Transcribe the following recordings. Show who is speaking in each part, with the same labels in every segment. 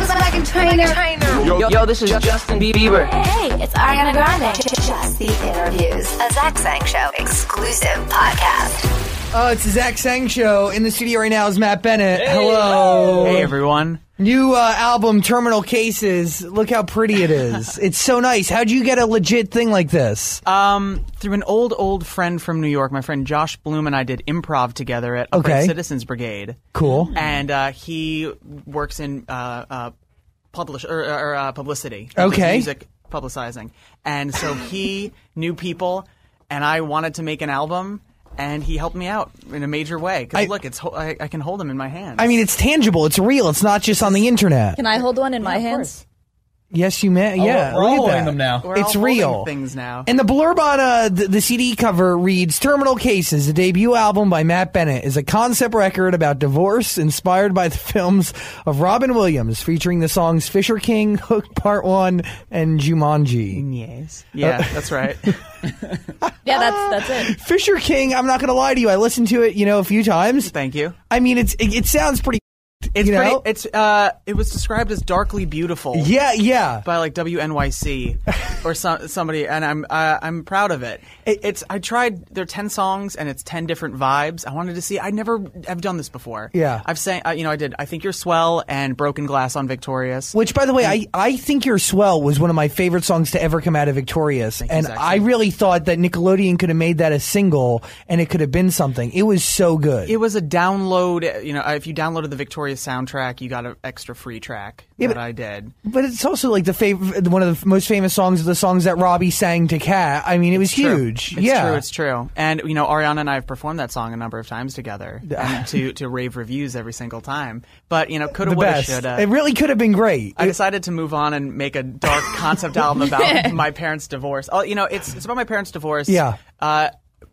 Speaker 1: entertainer.
Speaker 2: Yo, yo, this is Justin Bieber.
Speaker 3: Hey, it's Ariana Grande. Just the interviews, a Zach Sang Show exclusive podcast.
Speaker 4: Oh, it's the Zach Sang Show. In the studio right now is Matt Bennett. Hello.
Speaker 5: Hey everyone.
Speaker 4: New uh, album, Terminal Cases. Look how pretty it is. it's so nice. How'd you get a legit thing like this?
Speaker 6: Uh,
Speaker 5: Um, through an old old friend from New York, my friend Josh Bloom and I did improv together at Upright
Speaker 4: Okay.
Speaker 5: Citizens Brigade.
Speaker 4: Cool.
Speaker 5: And uh, he works in uh, uh, publish or, or uh, publicity. He
Speaker 4: Okay.
Speaker 5: does Music publicizing, and so he knew people, and I wanted to make an album. And he helped me out in a major way.
Speaker 4: I-
Speaker 5: Because look, it's ho- I, I can hold him in my hands.
Speaker 4: I mean, it's tangible. It's real. It's not just on the internet.
Speaker 7: Can I hold one in my hands?
Speaker 4: Yes, you may. Yeah,
Speaker 6: Oh, we're all
Speaker 4: look at
Speaker 6: holding
Speaker 4: that.
Speaker 6: them now.
Speaker 5: We're
Speaker 4: it's
Speaker 5: all holding
Speaker 4: real.
Speaker 5: things now.
Speaker 4: And the blurb on uh, the, the CD cover reads: "Terminal Cases, the debut album by Matt Bennett, is a concept record about divorce, inspired by the films of Robin Williams, featuring the songs Fisher King, Hook Part One, and Jumanji."
Speaker 5: yes. Yeah, that's right.
Speaker 7: Yeah,
Speaker 5: Ah!
Speaker 7: that's that's it.
Speaker 4: Fisher King. I'm not going to lie to you. I listened to it, you know, a few times.
Speaker 5: Thank you.
Speaker 4: I mean, it's it, it sounds pretty.
Speaker 5: It's
Speaker 4: you
Speaker 5: pretty,
Speaker 4: know?
Speaker 5: it's uh it was described as darkly beautiful
Speaker 4: yeah, yeah.
Speaker 5: by like WNYC or some, somebody and I'm uh, I'm proud of it. it. It's I tried there are 10 songs and it's 10 different vibes. I wanted to see I never have done this before.
Speaker 4: Yeah.
Speaker 5: I've sang uh, you know I did I think you're swell and Broken Glass on Victorious.
Speaker 4: Which, by the way, I, I think Your Swell was one of my favorite songs to ever come out of Victorious. and
Speaker 5: Zach.
Speaker 4: I really thought that Nickelodeon could have made that a single and it could have been something. It was so good.
Speaker 5: it was a download, uh, you know, if you downloaded the Victorious soundtrack, you got an extra free track
Speaker 4: Yeah,
Speaker 5: that
Speaker 4: but-
Speaker 5: I did.
Speaker 4: but it's also like the fav- one of the most famous songs of the songs that Robbie sang to Cat. I mean, it was
Speaker 5: True.
Speaker 4: huge.
Speaker 5: It's
Speaker 4: yeah.
Speaker 5: true. It's true. And you know, Ariana and I have performed that song a number of times together and to to rave reviews every single time. But you know, coulda,
Speaker 4: the
Speaker 5: woulda,
Speaker 4: best.
Speaker 5: shoulda.
Speaker 4: It really could have been great.
Speaker 5: I
Speaker 4: It-
Speaker 5: decided to move on and make a dark concept album about my parents' divorce. Oh, you know, it's it's about my parents' divorce.
Speaker 4: Yeah.
Speaker 5: Uh,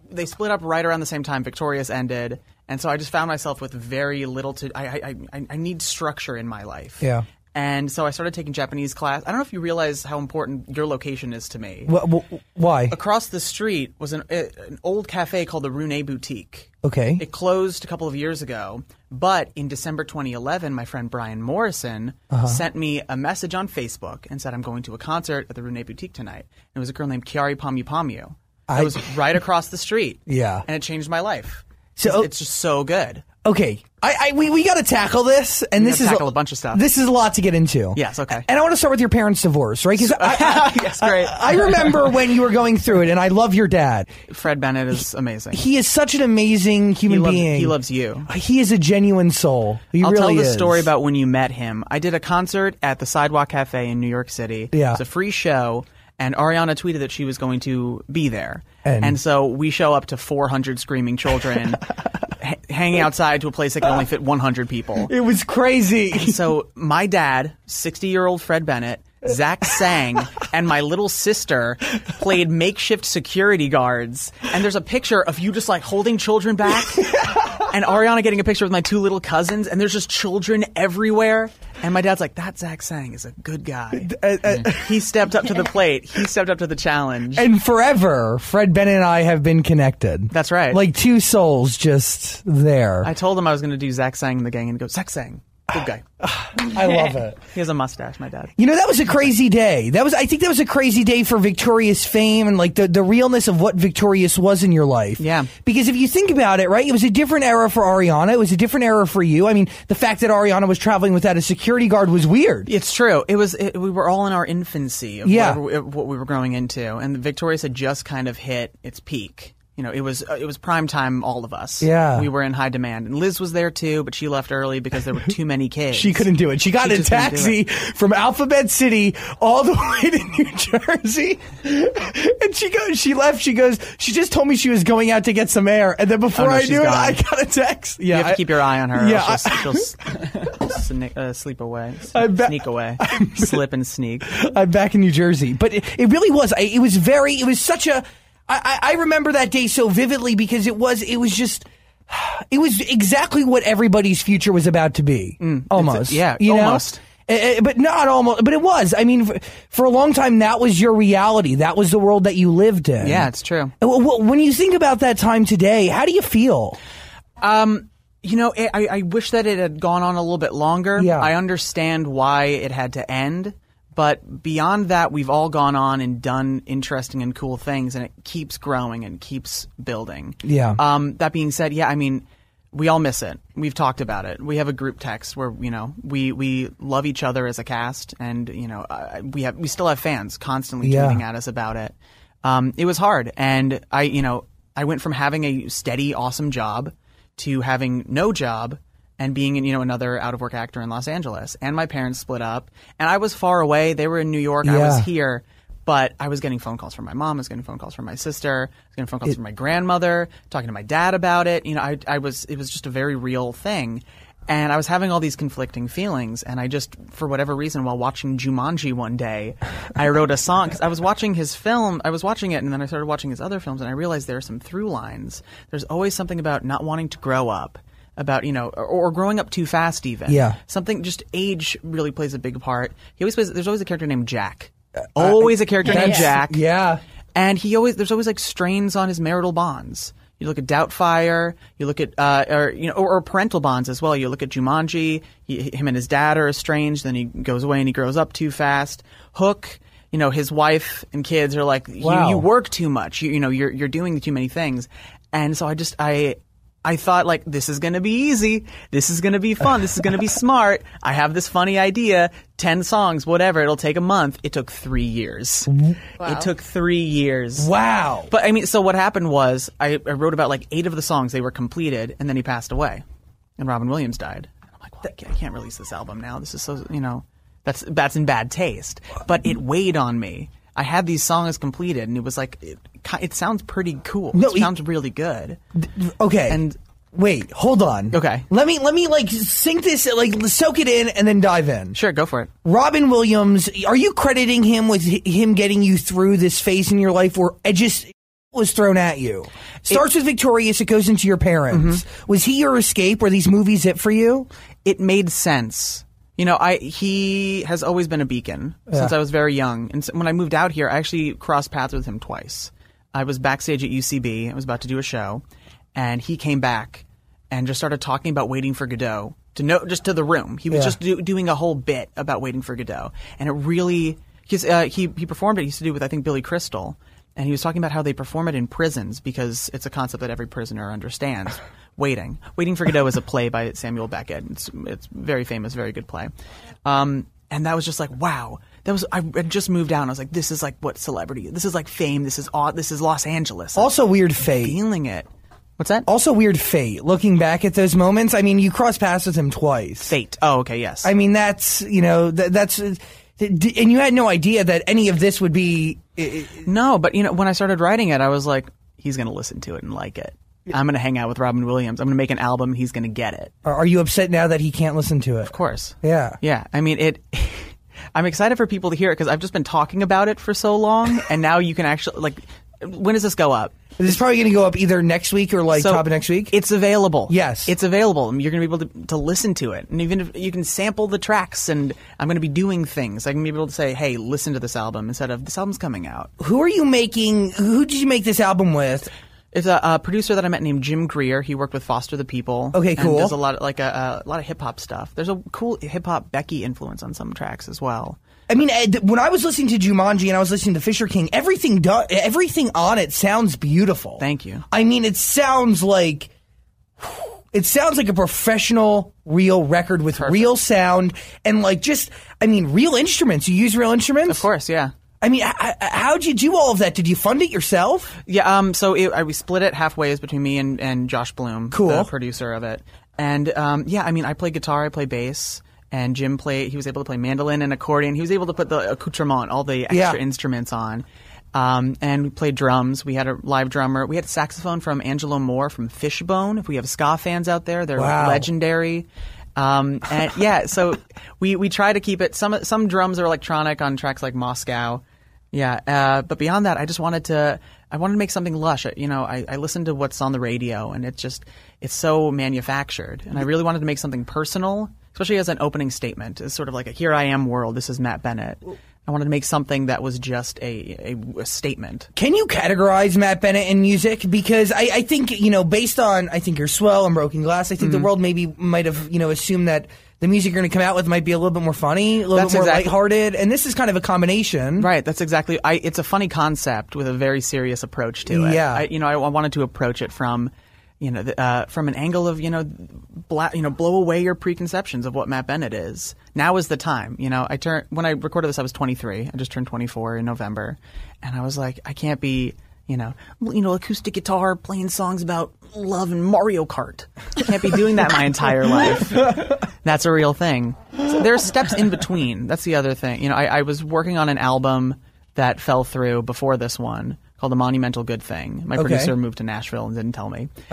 Speaker 5: they split up right around the same time Victorious ended, and so I just found myself with very little to. I I I, I need structure in my life.
Speaker 4: Yeah.
Speaker 5: And so I started taking Japanese class. I don't know if you realize how important your location is to me
Speaker 4: Wh- wh- why?
Speaker 5: across the street was an, a, an old cafe called the Rune Boutique.
Speaker 4: Okay.
Speaker 5: It closed a couple of years ago, but in December 2011, my friend Brian Morrison
Speaker 4: Uh-huh.
Speaker 5: sent me a message on Facebook and said, I'm going to a concert at the Rune Boutique tonight. And it was a girl named Kiari Pamupamu.
Speaker 4: I-
Speaker 5: I was right across the street.
Speaker 4: Yeah.
Speaker 5: And it changed my life.
Speaker 4: So-
Speaker 5: So it's just so good.
Speaker 4: Okay, I, I we, we got to tackle this, and
Speaker 5: We
Speaker 4: this
Speaker 5: gotta
Speaker 4: is
Speaker 5: tackle a bunch of stuff.
Speaker 4: This is a lot to get into.
Speaker 5: Yes, okay.
Speaker 4: And I want to start with your parents' divorce, right? Because I,
Speaker 5: Yes, great.
Speaker 4: I, I remember when you were going through it, and I love your dad.
Speaker 5: Fred Bennett is amazing.
Speaker 4: He is such an amazing human
Speaker 5: loves-
Speaker 4: being.
Speaker 5: he loves you.
Speaker 4: He is a genuine soul. He
Speaker 5: I'll
Speaker 4: really
Speaker 5: tell the
Speaker 4: is.
Speaker 5: story about when you met him. I did a concert at the Sidewalk Cafe in New York City.
Speaker 4: Yeah.
Speaker 5: It's a free show, and Ariana tweeted that she was going to be there.
Speaker 4: And-
Speaker 5: so we show up to 400 screaming children h- hanging outside to a place that can only fit 100 people.
Speaker 4: It was crazy.
Speaker 5: So my dad, 60 year old Fred Bennett, Zach sang, and my little sister played makeshift security guards. And there's a picture of you just like holding children back. And Ariana getting a picture with my two little cousins, and there's just children everywhere. And my dad's like, "That Zach Sang is a good guy. he stepped up to the plate. He stepped up to the challenge."
Speaker 4: And forever, Fred Bennett and I have been connected.
Speaker 5: That's right.
Speaker 4: Like two souls just there.
Speaker 5: I
Speaker 4: I,
Speaker 5: told him I was going to do Zach Sang in the gang, and he goes, "Zach Sang, good guy.
Speaker 4: love it.
Speaker 5: He has a mustache." My dad.
Speaker 4: You know, that was a crazy day. That was, I think that was a crazy day for Victorious fame and like the, the realness of what Victorious was in your life.
Speaker 5: Yeah.
Speaker 4: Because if you think about it, right, it was a different era for Ariana. It was a different era for you. I mean, the fact that Ariana was traveling without a security guard was weird.
Speaker 5: It's true. It was it, we were all in our infancy of
Speaker 4: Yeah.
Speaker 5: whatever, of what we were growing into, and Victorious had just kind of hit its peak. You know, it was uh, it was prime time. All of us.
Speaker 4: Yeah.
Speaker 5: we were in high demand, and Liz was there too, but she left early because there were too many kids.
Speaker 4: She couldn't do it. She got
Speaker 5: She
Speaker 4: in a
Speaker 5: just couldn't do
Speaker 4: taxi from Alphabet City all the way to New Jersey. And she goes, she left. She goes, she just told me she was going out to get some air. And then before
Speaker 5: Oh, no,
Speaker 4: I
Speaker 5: she's
Speaker 4: knew it,
Speaker 5: gone.
Speaker 4: I got a text. Yeah.
Speaker 5: You have
Speaker 4: I-
Speaker 5: to keep your eye on her.
Speaker 4: Yeah,
Speaker 5: Yeah, she'll, s- she'll s- sne- uh, sleep away, s-
Speaker 4: I bet-
Speaker 5: sneak away, slip and sneak.
Speaker 4: I'm uh, back in New Jersey, but it, it really was. I, it was very. It was such a. I, I I remember that day so vividly because it was. It was just. It was exactly what everybody's future was about to be. almost.
Speaker 5: Mm. yeah,
Speaker 4: You know?
Speaker 5: almost.
Speaker 4: Eh, eh, but not almost. But it was. I mean, for, for a long time, that was your reality. That was the world that you lived in.
Speaker 5: Yeah, it's true.
Speaker 4: Wh- wh- When you think about that time today, how do you feel?
Speaker 5: Um, You know, I- I, I wish that it had gone on a little bit longer.
Speaker 4: Yeah.
Speaker 5: I understand why it had to end, but beyond that, we've all gone on and done interesting and cool things, and it keeps growing and keeps building.
Speaker 4: Yeah.
Speaker 5: Um, that being said, yeah, I mean, we all miss it. We've talked about it. We have a group text where you know we we love each other as a cast, and you know uh, we have we still have fans constantly
Speaker 4: Yeah.
Speaker 5: tweeting at us about it. Um, it was hard, and I you know I went from having a steady, awesome job to having no job and being you know another out of work actor in Los Angeles. And my parents split up, and I was far away. They were in New York. I was
Speaker 4: Yeah.
Speaker 5: here. But I was getting phone calls from my mom. I was getting phone calls from my sister. I was getting phone calls from my grandmother. Talking to my dad about it. You know, I, I was. It was just a very real thing, and I was having all these conflicting feelings. And I just, for whatever reason, while watching Jumanji one day, I wrote a song because I was watching his film. I was watching it, and then I started watching his other films, and I realized there are some through lines. There's always something about not wanting to grow up, about you know, or, or growing up too fast, even.
Speaker 4: Yeah.
Speaker 5: Something just age really plays a big part. He always plays. There's always a character named Jack. Always a character named
Speaker 7: yeah.
Speaker 5: Jack.
Speaker 4: Uh, Yeah.
Speaker 5: And he always there's always like strains on his marital bonds. You look at Doubtfire. You look at uh, or you know or, or parental bonds as well. You look at Jumanji. He, him and his dad are estranged. Then he goes away and he grows up too fast. Hook. You know his wife and kids are like you-
Speaker 4: Wow.
Speaker 5: you work too much. You, you know you're you're doing too many things. And so I just I I thought like this is going to be easy. This is going to be fun. This is going to be smart. I have this funny idea. 10 songs, whatever. It'll take a month. It took 3 years. It took 3 years.
Speaker 4: Wow.
Speaker 5: But I mean, so what happened was I, I wrote about like 8 of the songs they were completed and then he passed away. And Robin Williams died. And I'm like, well, I can't- I can't release this album now. This is so, you know, that's that's in bad taste. But it weighed on me. I had these songs completed and it was like it, ki- it sounds pretty cool.
Speaker 4: No,
Speaker 5: it
Speaker 4: he-
Speaker 5: sounds really good.
Speaker 4: Okay.
Speaker 5: And-
Speaker 4: wait, hold on.
Speaker 5: Okay.
Speaker 4: Let me let me like sink this like soak it in and then dive in.
Speaker 5: Sure, go for it.
Speaker 4: Robin Williams, are you crediting him with hi- him getting you through this phase in your life where it just was thrown at you? Starts with Victorious, it goes into your parents.
Speaker 5: Mm-hmm.
Speaker 4: Was he your escape? Were these movies it for you?
Speaker 5: it made sense. You know, I he has always been a beacon since I was very young. And so when I moved out here, I actually crossed paths with him twice. I was backstage at UCB. I was about to do a show, and he came back and just started talking about waiting for Godot to know just to the room. He was
Speaker 4: Yeah.
Speaker 5: just do, doing a whole bit about waiting for Godot, and it really because uh, he he performed it. He used to do with I think Billy Crystal, and he was talking about how they perform it in prisons because it's a concept that every prisoner understands. waiting, waiting for Godot is a play by Samuel Beckett. It's it's very famous, very good play. Um, and that was just like wow. That was I had just moved down. I was like, this is like what celebrity. This is like fame. This is aw- This is Los Angeles. I'm
Speaker 4: Also weird fate.
Speaker 5: feeling it. What's that?
Speaker 4: Also weird fate. Looking back at those moments, I mean, you cross paths with him twice.
Speaker 5: Fate. Oh, okay, yes.
Speaker 4: I mean, that's you know th- that's uh, th- d- and you had no idea that any of this would be. i- i-
Speaker 5: No, but you know, when I started writing it, I was like, he's going to listen to it and like it. I'm going to hang out with Robin Williams. I'm going to make an album. He's going to get it. Of
Speaker 4: Are are you upset now that he can't listen to it?
Speaker 5: course.
Speaker 4: Yeah.
Speaker 5: Yeah. I mean, it. I'm excited for people to hear it because I've just been talking about it for so long, and now you can actually like. When does this go up?
Speaker 4: This is probably going to go up either next week or like
Speaker 5: So,
Speaker 4: top of next week.
Speaker 5: It's available.
Speaker 4: Yes.
Speaker 5: It's available. You're going to be able to, to listen to it. And even if you can sample the tracks, and I'm going to be doing things. I can be able to say, hey, listen to this album instead of this album's coming out.
Speaker 4: who are you making? Who did you make this album with?
Speaker 5: It's a, uh producer that I met named Jim Greer. He worked with Foster the People.
Speaker 4: Okay,
Speaker 5: and
Speaker 4: cool.
Speaker 5: Does a lot of, like uh, a, a lot of hip hop stuff. There's a cool hip hop Becky influence on some tracks as well.
Speaker 4: I mean, Ed, when I was listening to Jumanji and I was listening to Fisher King, everything do- everything on it sounds beautiful.
Speaker 5: Thank you.
Speaker 4: I mean, it sounds like it sounds like a professional, real record with real sound and like just, I mean, real instruments. You use real instruments,
Speaker 5: Of course, yeah,
Speaker 4: I mean, h- h- how'd you do all of that? Did you fund it yourself?
Speaker 5: yeah. Um, so it, I, we split it halfway is between me and, and Josh Bloom,
Speaker 4: Cool.
Speaker 5: the producer of it. And um, yeah, I mean, I play guitar, I play bass, and Jim play. He was able to play mandolin and accordion. He was able to put the accoutrement, all the extra
Speaker 4: Yeah.
Speaker 5: instruments on. Um, and we played drums. We had a live drummer. We had saxophone from Angelo Moore from Fishbone. If we have ska fans out there, they're
Speaker 4: Wow.
Speaker 5: legendary. Um, and yeah, so we, we try to keep it. Some some drums are electronic on tracks like Moscow. Yeah, uh, but beyond that, I just wanted to I wanted to make something lush. You know, I, I listened to what's on the radio, and it's just it's so manufactured, and I really wanted to make something personal, especially as an opening statement, as sort of like a here I am world. This is Matt Bennett. I wanted to make something that was just a, a, a statement.
Speaker 4: Can you categorize Matt Bennett in music? Because I, I think you know, based on I think your swell and broken glass, I think
Speaker 5: Mm.
Speaker 4: the world maybe might have you know assumed that the music you're going to come out with might be a little bit more funny, a little
Speaker 5: That's
Speaker 4: bit more
Speaker 5: exactly-
Speaker 4: lighthearted, and this is kind of a combination.
Speaker 5: Right, that's exactly. I, it's a funny concept with a very serious approach to it.
Speaker 4: Yeah.
Speaker 5: I, you know, I, I wanted to approach it from, you know, the, uh, from an angle of you know, bla- you know, blow away your preconceptions of what Matt Bennett is. Now is the time. You know, I turn when I recorded this, I was 23. I just turned 24 in November, and I was like, I can't be. You know, you know, acoustic guitar playing songs about love and Mario Kart. I can't be doing that my entire life. That's a real thing. So there are steps in between. That's the other thing. You know, I, I was working on an album that fell through before this one called The Monumental Good Thing. My producer moved to Nashville and didn't tell me.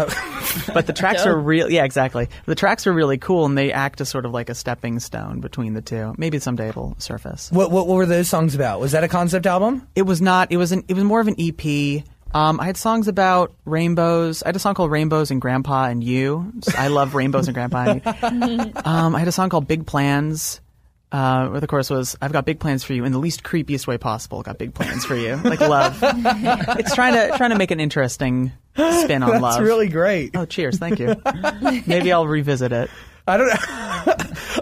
Speaker 5: but the tracks are real. Yeah, exactly. The tracks are really cool and they act as sort of like a stepping stone between the two. Maybe someday it'll surface.
Speaker 4: What, what what were those songs about? Was that a concept album?
Speaker 5: It was not, it was an, it was more of an EP. Um, I had songs about rainbows. I had a song called Rainbows and Grandpa and You. I love Rainbows and Grandpa and You. Um, I had a song called Big Plans, uh, where the chorus was, I've got big plans for you in the least creepiest way possible. Got big plans for you. Like love. it's trying to, trying to make an interesting spin on love.
Speaker 4: That's really great.
Speaker 5: Oh, cheers. Thank you. Maybe I'll revisit it.
Speaker 4: I don't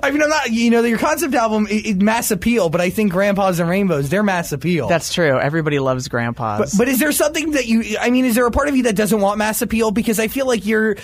Speaker 4: I mean, I'm not. You know, your concept album it, it mass appeal, but I think Grandpas and Rainbows they're mass appeal.
Speaker 5: That's true. Everybody loves grandpas.
Speaker 4: But is there something that you? I mean, is there a part of you that doesn't want mass appeal? Because I feel like you're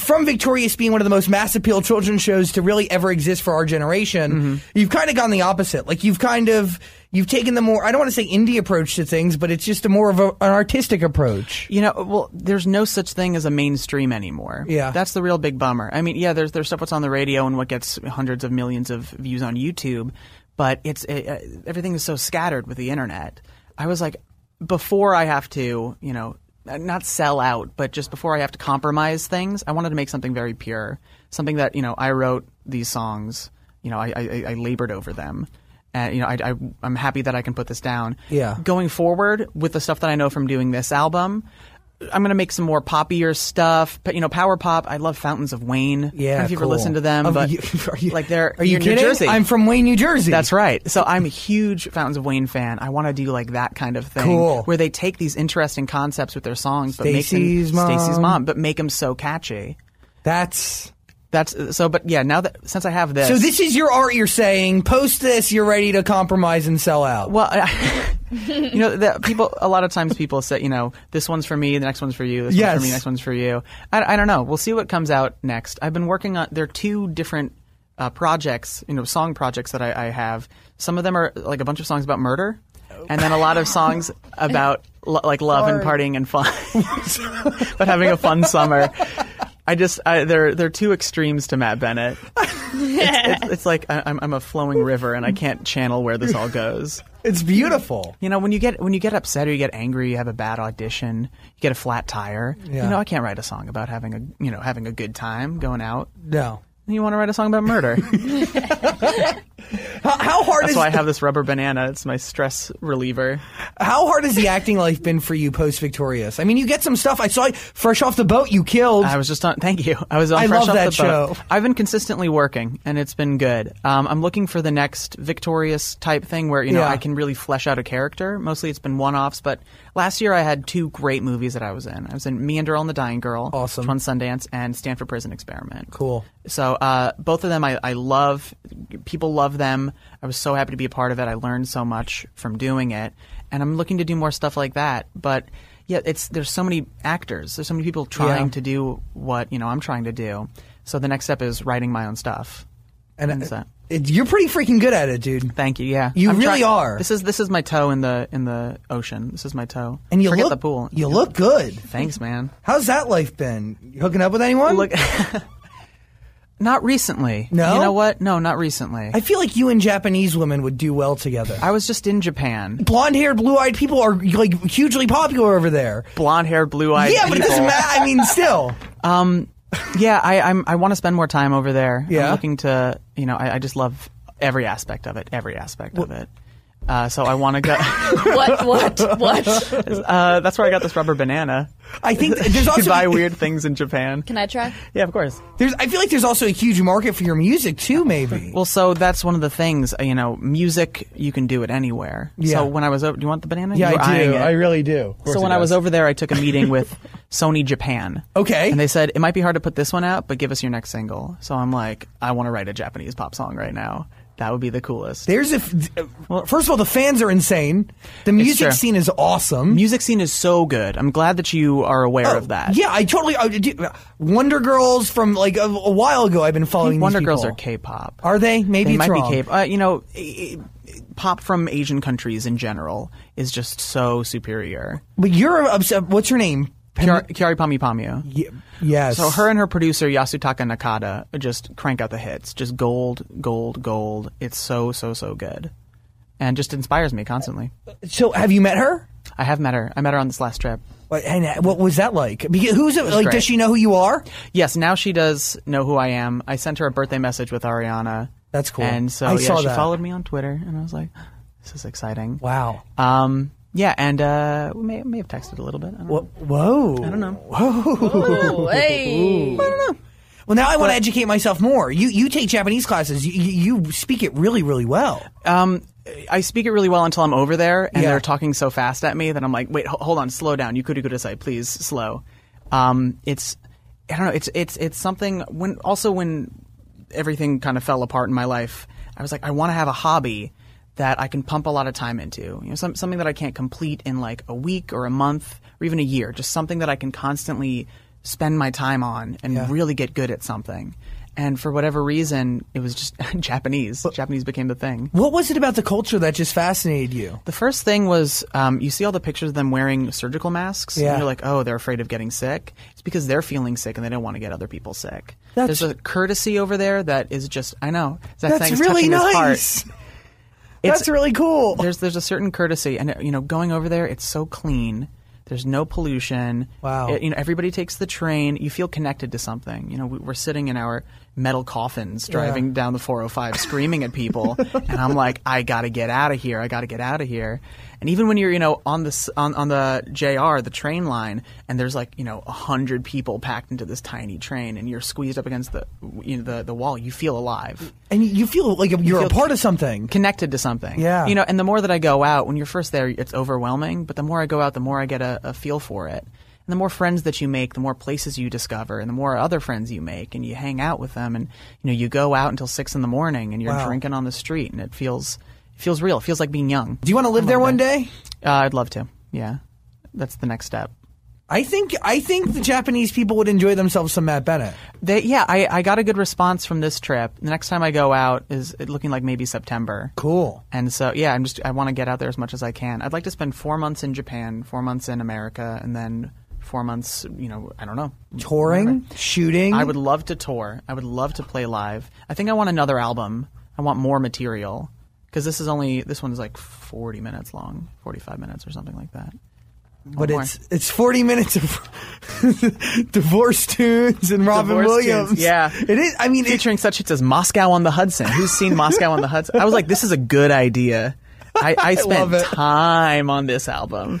Speaker 4: from Victorious being one of the most mass appeal children's shows to really ever exist for our generation.
Speaker 5: Mm-hmm.
Speaker 4: You've kind of gone the opposite. Like you've kind of you've taken the more I don't want to say indie approach to things, but it's just a more of a, an artistic approach.
Speaker 5: You know, well, there's no such thing as a mainstream anymore.
Speaker 4: Yeah.
Speaker 5: that's the real big bummer. I mean, yeah, there's there's stuff what's on the radio and what gets hundreds of millions of views on YouTube, but it's it, uh, everything is so scattered with the internet. I was like, before I have to, you know, uh, not sell out, but just before I have to compromise things, I wanted to make something very pure, something that you know I wrote these songs, you know, I I, I- I labored over them. And you know, I, I I'm happy that I can put this down
Speaker 4: Yeah.
Speaker 5: going forward with the stuff that I know from doing this album, I'm gonna make some more poppier stuff. But you know, power pop. I love Fountains of Wayne. I don't
Speaker 4: Yeah,
Speaker 5: know if you've
Speaker 4: cool.
Speaker 5: ever listened to them,
Speaker 4: Oh,
Speaker 5: but
Speaker 4: you- are you-
Speaker 5: like they're
Speaker 4: are you
Speaker 5: you're in
Speaker 4: kidding?
Speaker 5: New Jersey.
Speaker 4: I'm from Wayne, New Jersey.
Speaker 5: That's right. So I'm a huge Fountains of Wayne fan. I want to do like that kind of thing,
Speaker 4: Cool.
Speaker 5: where they take these interesting concepts with their songs, but make them
Speaker 4: Stacey's Mom.
Speaker 5: Stacey's mom, but make them so catchy.
Speaker 4: That's
Speaker 5: That's so. But yeah, now that since I have this,
Speaker 4: so. This is your art. You're saying post this. You're ready to compromise and sell out.
Speaker 5: Well, I, you know, the, people. A lot of times, people say, you know, this one's for me, the next one's for you, this
Speaker 4: Yes.
Speaker 5: one's for me, next one's for you. I, I don't know. We'll see what comes out next. I've been working on. There are two different uh, projects, you know, song projects that I, I have. Some of them are like a bunch of songs about murder, and then a lot of songs about lo- like love and partying and fun, but having a fun summer. I just I, there there are two extremes to Matt Bennett. It's, it's, it's like I, I'm I'm a flowing river and I can't channel where this all goes.
Speaker 4: It's beautiful.
Speaker 5: You know, when you get when you get upset or you get angry, you have a bad audition, you get a flat tire.
Speaker 4: Yeah.
Speaker 5: You know, I can't write a song about having a you know having a good time going out.
Speaker 4: No.
Speaker 5: And you want to write a song about murder?
Speaker 4: How, how hard
Speaker 5: That's
Speaker 4: is
Speaker 5: why I have this rubber banana. It's my stress reliever.
Speaker 4: How hard has the acting life been for you post Victorious? I mean, you get some stuff. I saw Fresh Off the Boat, you killed.
Speaker 5: I was just on. Thank you. I was on.
Speaker 4: I
Speaker 5: Fresh
Speaker 4: love
Speaker 5: Off
Speaker 4: that
Speaker 5: the Boat.
Speaker 4: show.
Speaker 5: I've been consistently working, and it's been good. Um, I'm looking for the next victorious type thing where you know
Speaker 4: Yeah.
Speaker 5: I can really flesh out a character. Mostly, it's been one-offs, but last year I had two great movies that I was in. I was in Me and Earl and the Dying Girl,
Speaker 4: Awesome.
Speaker 5: which won Sundance, and Stanford Prison Experiment.
Speaker 4: Cool.
Speaker 5: So uh, both of them I, I love. People love them. I was so happy to be a part of it. I learned so much from doing it, and I'm looking to do more stuff like that. But yeah, it's there's so many actors. There's so many people trying
Speaker 4: Yeah.
Speaker 5: to do what you know I'm trying to do. So the next step is writing my own stuff.
Speaker 4: and uh,
Speaker 5: What's that?
Speaker 4: it- you're pretty freaking good at it, dude.
Speaker 5: Thank you. Yeah,
Speaker 4: You
Speaker 5: I'm
Speaker 4: really are.
Speaker 5: This is this is my toe in the in the ocean. This is my toe.
Speaker 4: And you
Speaker 5: forget
Speaker 4: look
Speaker 5: the pool.
Speaker 4: You look good.
Speaker 5: Thanks, man.
Speaker 4: How's that life been? You hooking up with anyone?
Speaker 5: Look. Not recently.
Speaker 4: No?
Speaker 5: You know what? No, not recently.
Speaker 4: I feel like you and Japanese women would do well together.
Speaker 5: I was just in Japan.
Speaker 4: Blonde-haired, blue-eyed people are like hugely popular over there.
Speaker 5: blonde hair, blue eyed.
Speaker 4: yeah, but it doesn't matter. I mean, still,
Speaker 5: Yeah, I I'm, I want to spend more time over there.
Speaker 4: Yeah?
Speaker 5: I'm looking to you know I, I just love every aspect of it, every aspect of it. Uh, so I want to go.
Speaker 7: What? What? What?
Speaker 5: uh, that's where I got this rubber banana.
Speaker 4: I think th- there's
Speaker 5: You can
Speaker 4: also
Speaker 5: buy weird things in Japan.
Speaker 7: Can I try?
Speaker 5: Yeah, of course.
Speaker 4: There's, I feel like there's also a huge market for your music too. Maybe.
Speaker 5: Well, so that's one of the things. uh, You know, music you can do it anywhere.
Speaker 4: Yeah.
Speaker 5: So when I was over, do you want the banana?
Speaker 4: yeah,
Speaker 5: You were
Speaker 4: I
Speaker 5: eyeing
Speaker 4: do.
Speaker 5: it.
Speaker 4: I really do.
Speaker 5: so when I was over there, I took a meeting with Sony Japan.
Speaker 4: Okay.
Speaker 5: And they said it might be hard to put this one out, but give us your next single. So I'm like, I want to write a Japanese pop song right now. That would be the coolest.
Speaker 4: There's a. f- first of all, the fans are insane. The music
Speaker 5: true.
Speaker 4: scene is awesome. Uh,
Speaker 5: music scene is so good. I'm glad that you are aware of that.
Speaker 4: Oh, Yeah, I totally. I, do- Wonder Girls from like a, a while ago. I've been following. these
Speaker 5: Wonder Girls
Speaker 4: people.
Speaker 5: are K-pop.
Speaker 4: Are they? Maybe
Speaker 5: they
Speaker 4: it's
Speaker 5: might
Speaker 4: wrong.
Speaker 5: be K-pop. Uh, you know, i- i- pop from Asian countries in general is just so superior.
Speaker 4: But you're upset. What's your name? Pen-
Speaker 5: Kiari Kiari Pami Pamio.
Speaker 4: Y- yes.
Speaker 5: So her and her producer Yasutaka Nakata just crank out the hits, just gold, gold, gold. It's so so so good, and just inspires me constantly.
Speaker 4: So have you met her?
Speaker 5: I have met her. I met her on this last trip.
Speaker 4: What- And uh, what was that like? Because who's it, like?
Speaker 5: great.
Speaker 4: Does she know who you are?
Speaker 5: Yes, now she does know who I am. I sent her a birthday message with Ariana.
Speaker 4: That's cool.
Speaker 5: And so
Speaker 4: I
Speaker 5: yeah,
Speaker 4: saw
Speaker 5: she
Speaker 4: that.
Speaker 5: followed me on Twitter, and I was like, "This is exciting."
Speaker 4: Wow.
Speaker 5: Um. Yeah, and uh, we may, may have texted a little bit. I don't know.
Speaker 4: Whoa. I don't know. Whoa.
Speaker 7: Oh, hey.
Speaker 4: Well, now I want to educate myself more. You you take Japanese classes. You, you you speak it really really well.
Speaker 5: Um, I speak it really well until I'm over there, and
Speaker 4: Yeah.
Speaker 5: they're talking so fast at me that I'm like, "Wait, ho- hold on, slow down. You could go to site, please, slow." Um, it's I don't know. It's it's it's something when also when everything kind of fell apart in my life, I was like, I want to have a hobby that I can pump a lot of time into. You know, some, something that I can't complete in like a week or a month or even a year. Just something that I can constantly spend my time on and really get good at something. And for whatever reason, it was just Japanese. Japanese became the thing.
Speaker 4: What was it about the culture that just fascinated you?
Speaker 5: The first thing was um, you see all the pictures of them wearing surgical masks,
Speaker 4: Yeah.
Speaker 5: and you're like, oh, they're afraid of getting sick. It's because they're feeling sick and they don't want to get other people sick.
Speaker 4: That's-
Speaker 5: There's a courtesy over there that is just, I know. That
Speaker 4: That's
Speaker 5: thing's
Speaker 4: really
Speaker 5: touching his heart.
Speaker 4: nice.
Speaker 5: It's-
Speaker 4: That's really cool.
Speaker 5: There's there's a certain courtesy, and uh, you know, going over there, it's so clean. There's no pollution.
Speaker 4: Wow.
Speaker 5: It- you know, everybody takes the train. You feel connected to something. You know, we, we're sitting in our metal coffins, driving down the 405, screaming at people, and I'm like, I gotta get out of here. I gotta get out of here. And even when you're, you know, on the s- on, on the JR, the train line, and there's like, you know, a hundred people packed into this tiny train, and you're squeezed up against the you know the the wall, you feel alive
Speaker 4: and you feel like you're a
Speaker 5: feel
Speaker 4: part of something.
Speaker 5: connected to something.
Speaker 4: Yeah.
Speaker 5: You know, and the more that I go out, when you're first there, it's overwhelming. But the more I go out, the more I get a, a feel for it. And the more friends that you make, the more places you discover, and the more other friends you make, and you hang out with them, and you know, you go out until six in the morning, and you're
Speaker 4: Wow.
Speaker 5: drinking on the street, and it feels it feels real. It feels like being young.
Speaker 4: Do you want to live there one day?
Speaker 5: Uh, I'd love to. Yeah, that's the next step.
Speaker 4: I think I think the Japanese people would enjoy themselves some Matt Bennett.
Speaker 5: They, yeah, I, I got a good response from this trip. The next time I go out is it looking like maybe September.
Speaker 4: Cool.
Speaker 5: And so, yeah, I'm just I want to get out there as much as I can. I'd like to spend four months in Japan, four months in America, and then four months. You know, I don't know.
Speaker 4: Touring, shooting.
Speaker 5: I would love to tour. I would love to play live. I think I want another album. I want more material because this is only this one's like 40 minutes long, 45 minutes or something like that.
Speaker 4: but
Speaker 5: more.
Speaker 4: it's it's 40 minutes of divorce tunes and Robin
Speaker 5: Divorce
Speaker 4: Williams.
Speaker 5: tunes, yeah.
Speaker 4: It is I mean it,
Speaker 5: Featuring such hits as Moscow on the Hudson. Who's seen Moscow on the Hudson? I was like, this is a good idea. I, I spent
Speaker 4: love it.
Speaker 5: time on this album.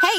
Speaker 8: Hey,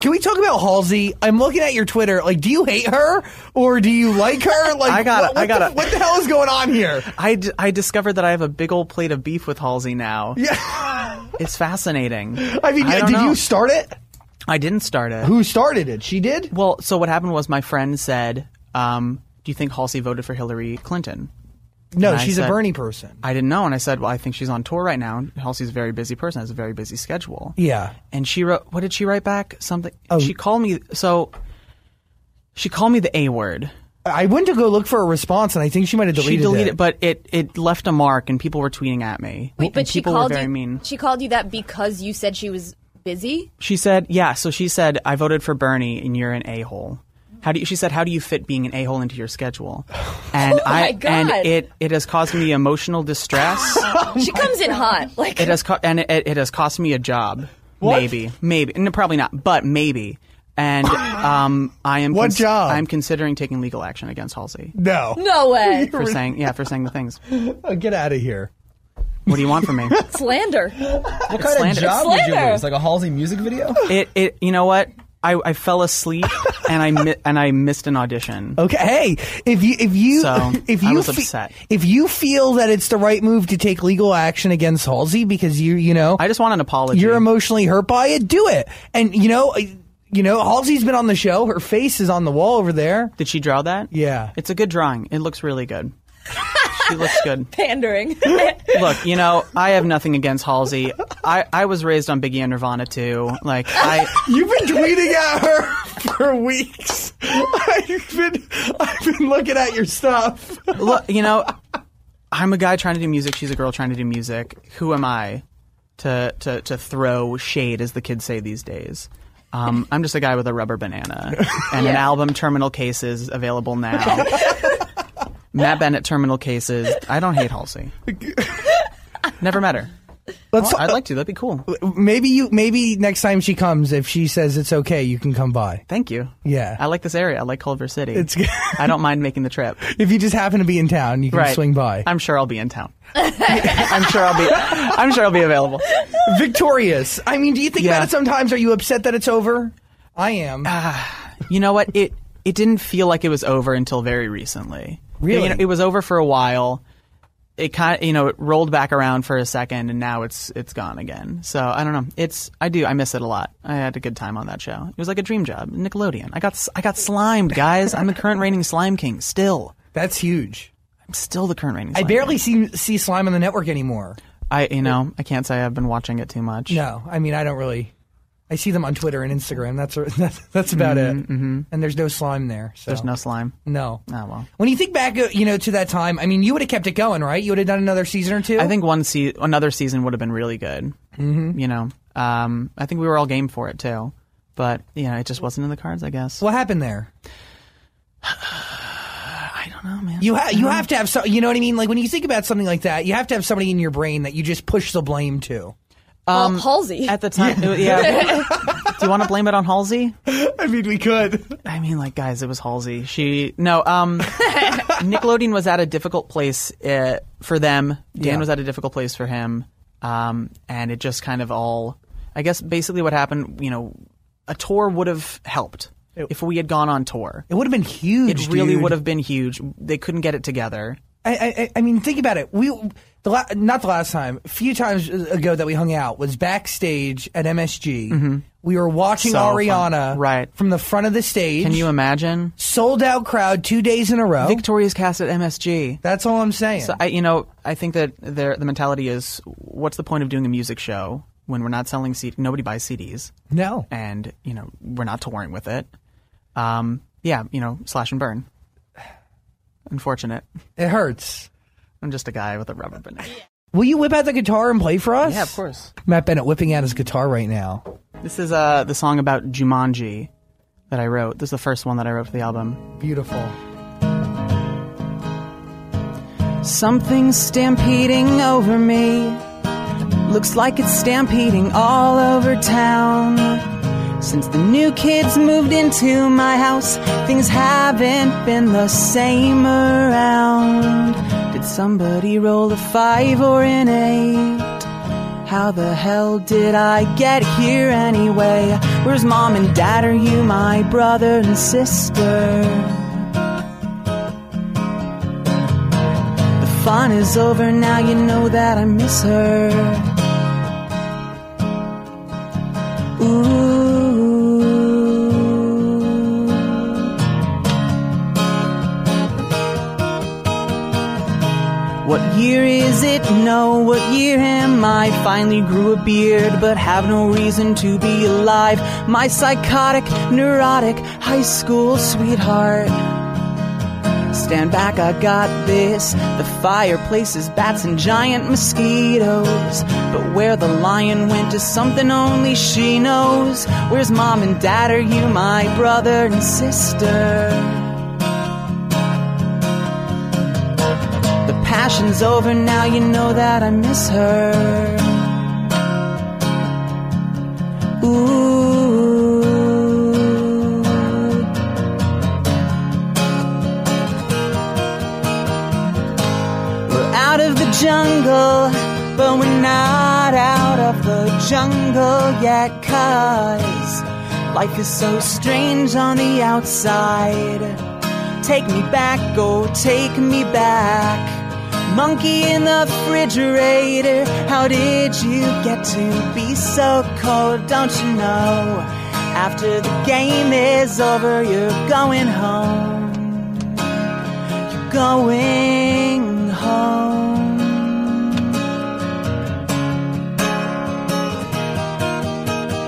Speaker 4: can we talk about Halsey? I'm looking at your Twitter. Like, do you hate her or do you like her? Like,
Speaker 5: I gotta-
Speaker 4: what, what
Speaker 5: I gotta-
Speaker 4: The, what the hell is going on here?
Speaker 5: I, d- I discovered that I have a big old plate of beef with Halsey now.
Speaker 4: Yeah.
Speaker 5: It's fascinating.
Speaker 4: I mean,
Speaker 5: don't
Speaker 4: did
Speaker 5: know.
Speaker 4: you start it?
Speaker 5: I didn't start it.
Speaker 4: Who started it? She did.
Speaker 5: Well, so what happened was my friend said, um, "Do you think Halsey voted for Hillary Clinton?"
Speaker 4: No,
Speaker 5: and I
Speaker 4: she's a
Speaker 5: said-
Speaker 4: Bernie person.
Speaker 5: I didn't know, and I said, "Well, I think she's on tour right now. and Halsey's a very busy person; has a very busy schedule."
Speaker 4: yeah. Oh.
Speaker 5: And she wrote, "What did she write back? Something." She called me. So she called me the A word.
Speaker 4: I went to go look for a response, and I think she might have deleted,
Speaker 5: She deleted,
Speaker 4: it.
Speaker 5: it, but it it left a mark, and people were tweeting at me.
Speaker 7: Wait, but
Speaker 5: and
Speaker 7: she
Speaker 5: people
Speaker 7: called
Speaker 5: were very
Speaker 7: you.
Speaker 5: mean.
Speaker 7: She called you that because you said she was busy.
Speaker 5: She said, "Yeah." So she said, "I voted for Bernie, and you're an a hole." How do you, she said? How do you fit being an a hole into your schedule? And
Speaker 7: Oh my
Speaker 5: I and
Speaker 7: God.
Speaker 5: it it has caused me emotional distress.
Speaker 7: she comes in hot. Like
Speaker 5: Oh it uh, has co- and it, it has cost me a job. Maybe, maybe, no, probably not, but maybe. And um, I am
Speaker 4: What job?
Speaker 5: I'm considering taking legal action against Halsey
Speaker 4: No.
Speaker 7: no way.
Speaker 5: for saying yeah for saying the things.
Speaker 4: Uh, Get out of here.
Speaker 5: What do you want from me?
Speaker 7: Slander.
Speaker 9: What kind
Speaker 5: slander.
Speaker 9: of job
Speaker 7: It's
Speaker 9: would you
Speaker 7: slander.
Speaker 9: lose? Like a Halsey music video?
Speaker 5: It it you know what? I, I fell asleep and I mi- and I missed an audition.
Speaker 4: Okay. Hey, if you if you
Speaker 5: So,
Speaker 4: if
Speaker 5: I
Speaker 4: you
Speaker 5: was upset.
Speaker 4: if you feel that it's the right move to take legal action against Halsey because you you know
Speaker 5: I just want an apology.
Speaker 4: you're emotionally hurt by it, do it. And you know I- you know Halsey's been on the show. Her face is on the wall over there.
Speaker 5: Did she draw that?
Speaker 4: Yeah.
Speaker 5: It's a good drawing. It looks really good. she looks good.
Speaker 7: Pandering.
Speaker 5: Look, you know, I have nothing against Halsey. I, I was raised on Biggie and Nirvana too. Like I
Speaker 4: You've been tweeting at her for weeks. I've been I've been looking at your stuff.
Speaker 5: look, you know, I'm a guy trying to do music, she's a girl trying to do music. Who am I to to to throw shade as the kids say these days? Um, I'm just a guy with a rubber banana and an album Terminal Cases available now. Matt Bennett Terminal Cases. I don't hate Halsey. Never met her.
Speaker 4: Let's
Speaker 5: I'd like to. That'd be cool.
Speaker 4: maybe you maybe next time she comes if she says it's okay, you can come by.
Speaker 5: Thank you.
Speaker 4: Yeah.
Speaker 5: I like this area. I like Culver City.
Speaker 4: It's good.
Speaker 5: I don't mind making the trip.
Speaker 4: If you just happen to be in town, you can
Speaker 5: Right.
Speaker 4: swing by.
Speaker 5: I'm sure I'll be in town. I'm sure I'll be. I'm sure I'll be available.
Speaker 4: Victorious. I mean, do you think
Speaker 5: Yeah. Uh,
Speaker 4: about it sometimes? Are you upset that it's over? I am.
Speaker 5: You know what? It it didn't feel like it was over until very recently.
Speaker 4: Really?
Speaker 5: You know, it was over for a while. It kind you know it rolled back around for a second and now it's it's gone again. So I don't know. It's I do I miss it a lot. I had a good time on that show. It was like a dream job. Nickelodeon. I got s- I got slimed, guys. I'm the current reigning slime king. Still,
Speaker 4: That's huge.
Speaker 5: I'm still the current reigning.
Speaker 4: I
Speaker 5: Slime
Speaker 4: barely
Speaker 5: King.
Speaker 4: see see slime on the network anymore.
Speaker 5: I you know I can't say I've been watching it too much.
Speaker 4: No, I mean I don't really. I see them on Twitter and Instagram. That's that's, that's about it. Mm-hmm. And there's no slime there. So.
Speaker 5: There's no slime.
Speaker 4: No.
Speaker 5: Oh well.
Speaker 4: When you think back, uh, you know, to that time, I mean, you would have kept it going, right? You would have done another season or two.
Speaker 5: I think one se- another season would have been really good. Mm-hmm. You know, um, I think we were all game for it too, but you know, it just wasn't in the cards. I guess.
Speaker 4: What happened there?
Speaker 5: I don't know, man. Um,
Speaker 4: You have you have to have so you know what I mean. Like when you think about something like that, you have to have somebody in your brain that you just push the blame to.
Speaker 7: Um, Halsey.
Speaker 5: at the time, yeah. Do you want to blame it on Halsey?
Speaker 4: I mean, we could.
Speaker 5: I mean, like, guys, it was Halsey. She no. Um, Nickelodeon was at a difficult place uh, for them. Dan
Speaker 4: Yeah.
Speaker 5: was at a difficult place for him, um, and it just kind of all. I guess basically what happened, you know, a tour would have helped if we had gone on tour.
Speaker 4: It would have been huge.
Speaker 5: It really
Speaker 4: dude.
Speaker 5: would have been huge. They couldn't get it together.
Speaker 4: I, I, I- I mean, think about it. We the la- not the last time, a few times uh, ago that we hung out was backstage at MSG. We were watching
Speaker 5: Mm-hmm. So fun.
Speaker 4: Ariana
Speaker 5: Right.
Speaker 4: from the front of the stage.
Speaker 5: Can you imagine?
Speaker 4: sold out crowd two days in a row?
Speaker 5: Victoria's cast at MSG.
Speaker 4: That's all I'm saying.
Speaker 5: So I, you know, I think that their the mentality is, what's the point of doing a music show when we're not selling CD? Nobody buys CDs,
Speaker 4: no,
Speaker 5: and you know we're not touring with it. Um, yeah, you know, slash and burn. Unfortunate.
Speaker 4: it hurts.
Speaker 5: I'm just a guy with a rubber banana.
Speaker 4: Will you whip out the guitar and play for us?
Speaker 5: Yeah, of course.
Speaker 4: Matt Bennett whipping out his guitar right now.
Speaker 5: This is uh the song about Jumanji that I wrote. This is the first one that I wrote for the album.
Speaker 4: Beautiful.
Speaker 5: Something's stampeding over me. Looks like it's stampeding all over town. Since the new kids moved into my house, things haven't been the same around. Did somebody roll a five or an eight? How the hell did I get here anyway? Where's mom and dad? Are you my brother and sister? The fun is over now, you know that I miss her. didn't know what year him. I finally grew a beard, but have no reason to be alive. My psychotic, neurotic high school sweetheart. Stand back, I got this. The fireplace is bats and giant mosquitoes. But where the lion went is something only she knows. Where's mom and dad? Are you my brother and sister? The passion's over now, you know that I miss her. Ooh. We're out of the jungle, but we're not out of the jungle yet, cause life is so strange on the outside. Take me back, oh, take me back. Monkey in the refrigerator, how did you get to be so cold? Don't you know? After the game is over, you're going home. You're going home.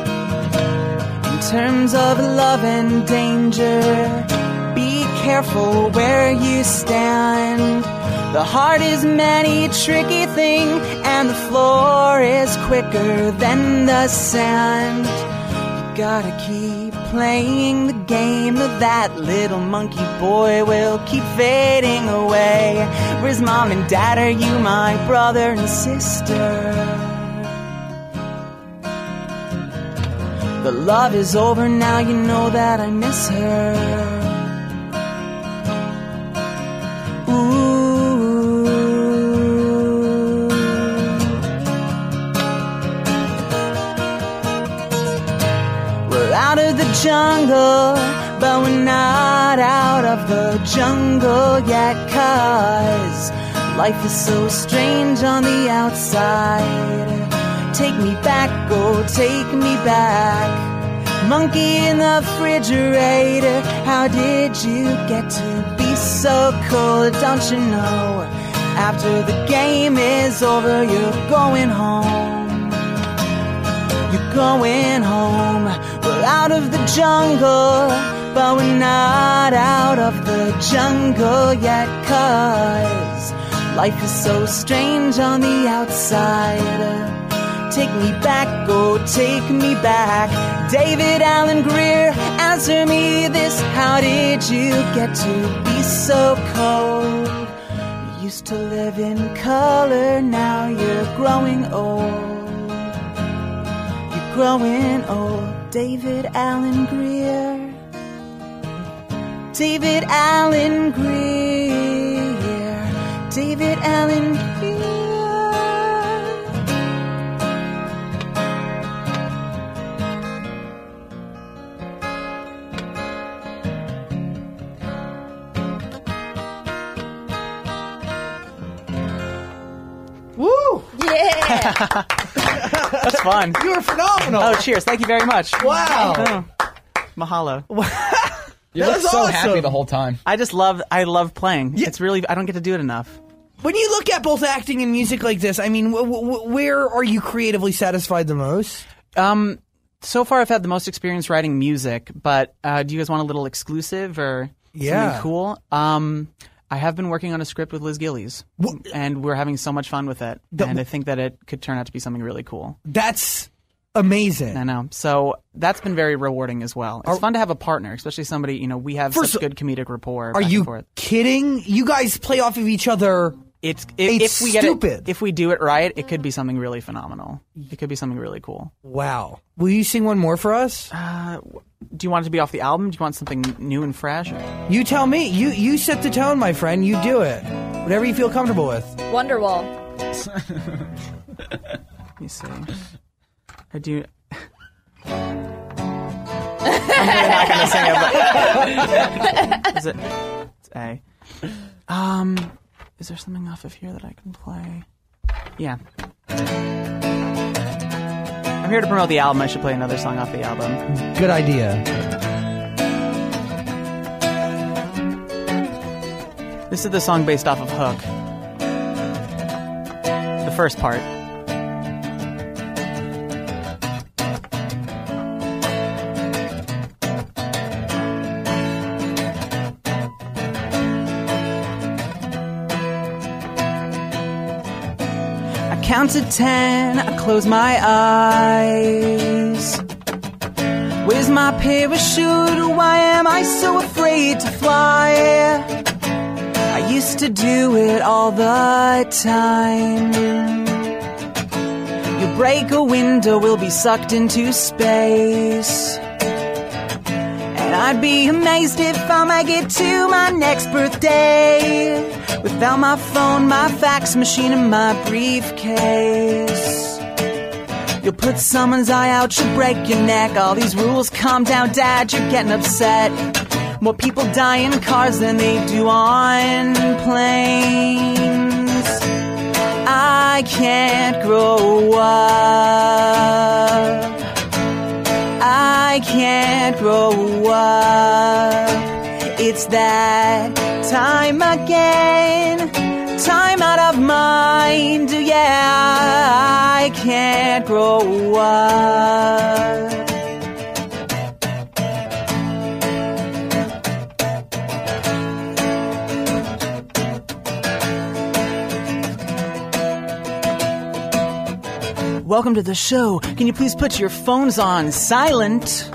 Speaker 5: In terms of love and danger, be careful where you stand. The heart is many tricky thing, and the floor is quicker than the sand. You gotta keep playing the game of that little monkey boy will keep fading away. Where's mom and dad? Are you my brother and sister? The love is over now, you know that I miss her. Ooh. We're out of the jungle, but we're not out of the jungle yet, cause life is so strange on the outside. Take me back, oh, take me back. Monkey in the refrigerator, how did you get to be so cold? Don't you know? After the game is over, you're going home. You're going home. We're out of the jungle, but we're not out of the jungle yet, cause life is so strange on the outside. Take me back, oh, take me back. David Allen Greer, answer me this. How did you get to be so cold? You used to live in color, now you're growing old. You're growing old, David Allen Greer. David Allen Greer. David Allen Greer. Woo!
Speaker 7: Yeah.
Speaker 5: That's fun.
Speaker 4: You were phenomenal.
Speaker 5: Oh, cheers. Thank you very much.
Speaker 4: Wow.
Speaker 5: Oh. Mahalo.
Speaker 9: You
Speaker 4: That
Speaker 9: look so
Speaker 4: was
Speaker 9: happy
Speaker 4: awesome.
Speaker 9: the whole time.
Speaker 5: I just love I love playing. It's really I don't get to do it enough.
Speaker 4: When you look at both acting and music like this, I mean, w- w- where are you creatively satisfied the most?
Speaker 5: Um so far I've had the most experience writing music, but uh, do you guys want a little exclusive or
Speaker 4: Yeah.
Speaker 5: something cool? Um I have been working on a script with Liz Gillies, and we're having so much fun with it. and I think that it could turn out to be something really cool.
Speaker 4: That's amazing.
Speaker 5: I know. So that's been very rewarding as well. It's fun to have a partner, especially somebody you know. We have
Speaker 4: First
Speaker 5: such
Speaker 4: of-
Speaker 5: good comedic rapport.
Speaker 4: Are
Speaker 5: back and
Speaker 4: you
Speaker 5: forth.
Speaker 4: kidding? You guys play off of each other.
Speaker 5: it's if,
Speaker 4: It's
Speaker 5: if we get
Speaker 4: stupid.
Speaker 5: It, if we do it right, it could be something really phenomenal. It could be something really cool.
Speaker 4: Wow. Will you sing one more for us?
Speaker 5: Do you want it to be off the album? Do you want something new and fresh? Or-
Speaker 4: You tell me. You you set the tone, my friend. You do it. Whatever you feel comfortable with.
Speaker 7: Wonderwall.
Speaker 5: Let me see. I do. I'm really not gonna sing it. But is it? It's A. Um, is there something off of here that I can play? Yeah. I'm here to promote the album. I should play another song off the album.
Speaker 4: Good idea.
Speaker 5: This is the song based off of Hook. the first part. I counted ten, I closed my eyes. Where's my parachute? Why am I so afraid to fly? I used to do it all the time. You break a window, we'll be sucked into space. And I'd be amazed if I make it to my next birthday without my phone, my fax machine, and my briefcase. You'll put someone's eye out, you'll break your neck. All these rules, calm down, Dad, you're getting upset. More people die in cars than they do on planes. I can't grow up. I can't grow up. It's that time again, time out of mind. Yeah, I can't grow up. Welcome to the show. Can you please put your phones on silent?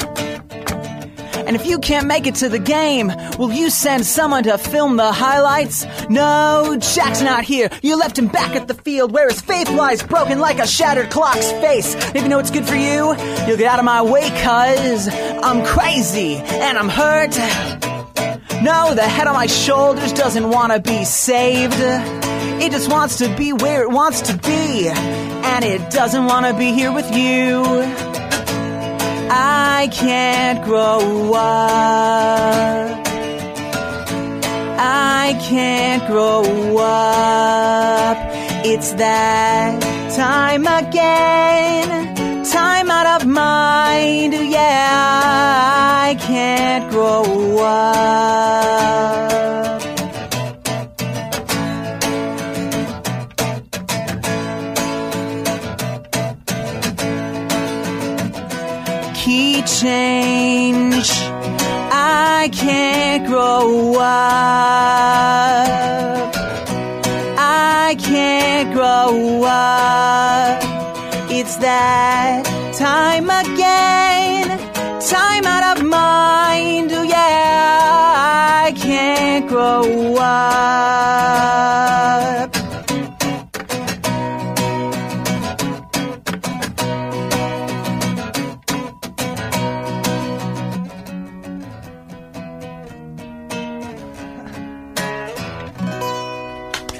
Speaker 5: And if you can't make it to the game, will you send someone to film the highlights? No, Jack's not here. You left him back at the field where his faith lies broken like a shattered clock's face. And if you know what's good for you, you'll get out of my way, cuz I'm crazy and I'm hurt. No, the head on my shoulders doesn't want to be saved. It just wants to be where it wants to be. And it doesn't want to be here with you. I can't grow up. I can't grow up. It's that time again. Time out of mind. Yeah, I can't grow up. key change. I can't grow up. I can't grow up. It's that time again. Time out of mind. Oh, yeah, I can't grow up.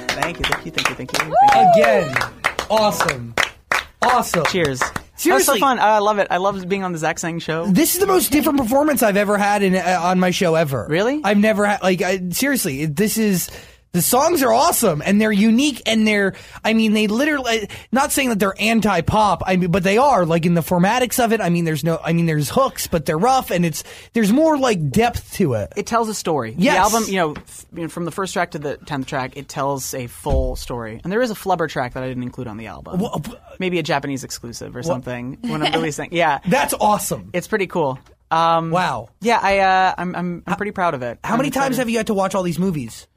Speaker 5: Thank you, thank you, thank you, thank you. Thank you.
Speaker 4: Again, awesome, awesome.
Speaker 5: Cheers. That
Speaker 4: Seriously.
Speaker 5: was so fun. I love it. I love being on the Zach Sang show.
Speaker 4: This is the most different performance I've ever had in uh, on my show ever.
Speaker 5: Really?
Speaker 4: I've never had like I, seriously. it- This is the songs are awesome and they're unique and they're I mean they literally uh, not saying that they're anti pop. I mean, but they are like in the formatics of it. I mean, there's no I mean there's hooks, but they're rough and it's there's more like depth to it.
Speaker 5: It tells a story.
Speaker 4: Yes.
Speaker 5: The album, you know, f- you know, from the first track to the tenth track, it tells a full story. And there is a flubber track that I didn't include on the album.
Speaker 4: Wha- b-
Speaker 5: Maybe a Japanese exclusive or something. When I'm releasing, yeah,
Speaker 4: That's awesome.
Speaker 5: it's pretty cool. Um,
Speaker 4: Wow.
Speaker 5: Yeah, I, uh, I'm, I'm, I'm pretty proud of it.
Speaker 4: How many times have you had to watch all these movies?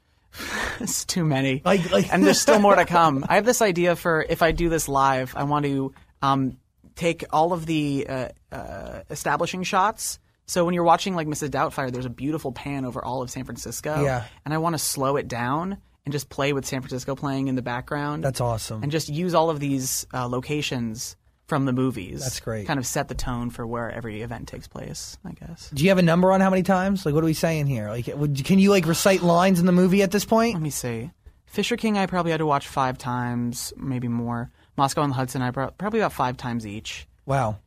Speaker 5: It's too many.
Speaker 4: Like- like-
Speaker 5: and there's still more to come. I have this idea for if I do this live, I want to um, take all of the uh, uh, establishing shots. So when you're watching like Mrs. Doubtfire, there's a beautiful pan over all of San Francisco.
Speaker 4: Yeah.
Speaker 5: And I want to slow it down and just play with San Francisco playing in the background.
Speaker 4: That's awesome.
Speaker 5: And just use all of these uh, locations from the movies.
Speaker 4: That's great.
Speaker 5: Kind of set the tone for where every event takes place, I guess.
Speaker 4: Do you have a number on how many times? Like, what are we saying here? Like, would, can you like recite lines in the movie at this
Speaker 5: Let
Speaker 4: point?
Speaker 5: me see. Fisher King, I probably had to watch five times, maybe more. Moscow and the Hudson, I pro- probably about five times each.
Speaker 4: Wow.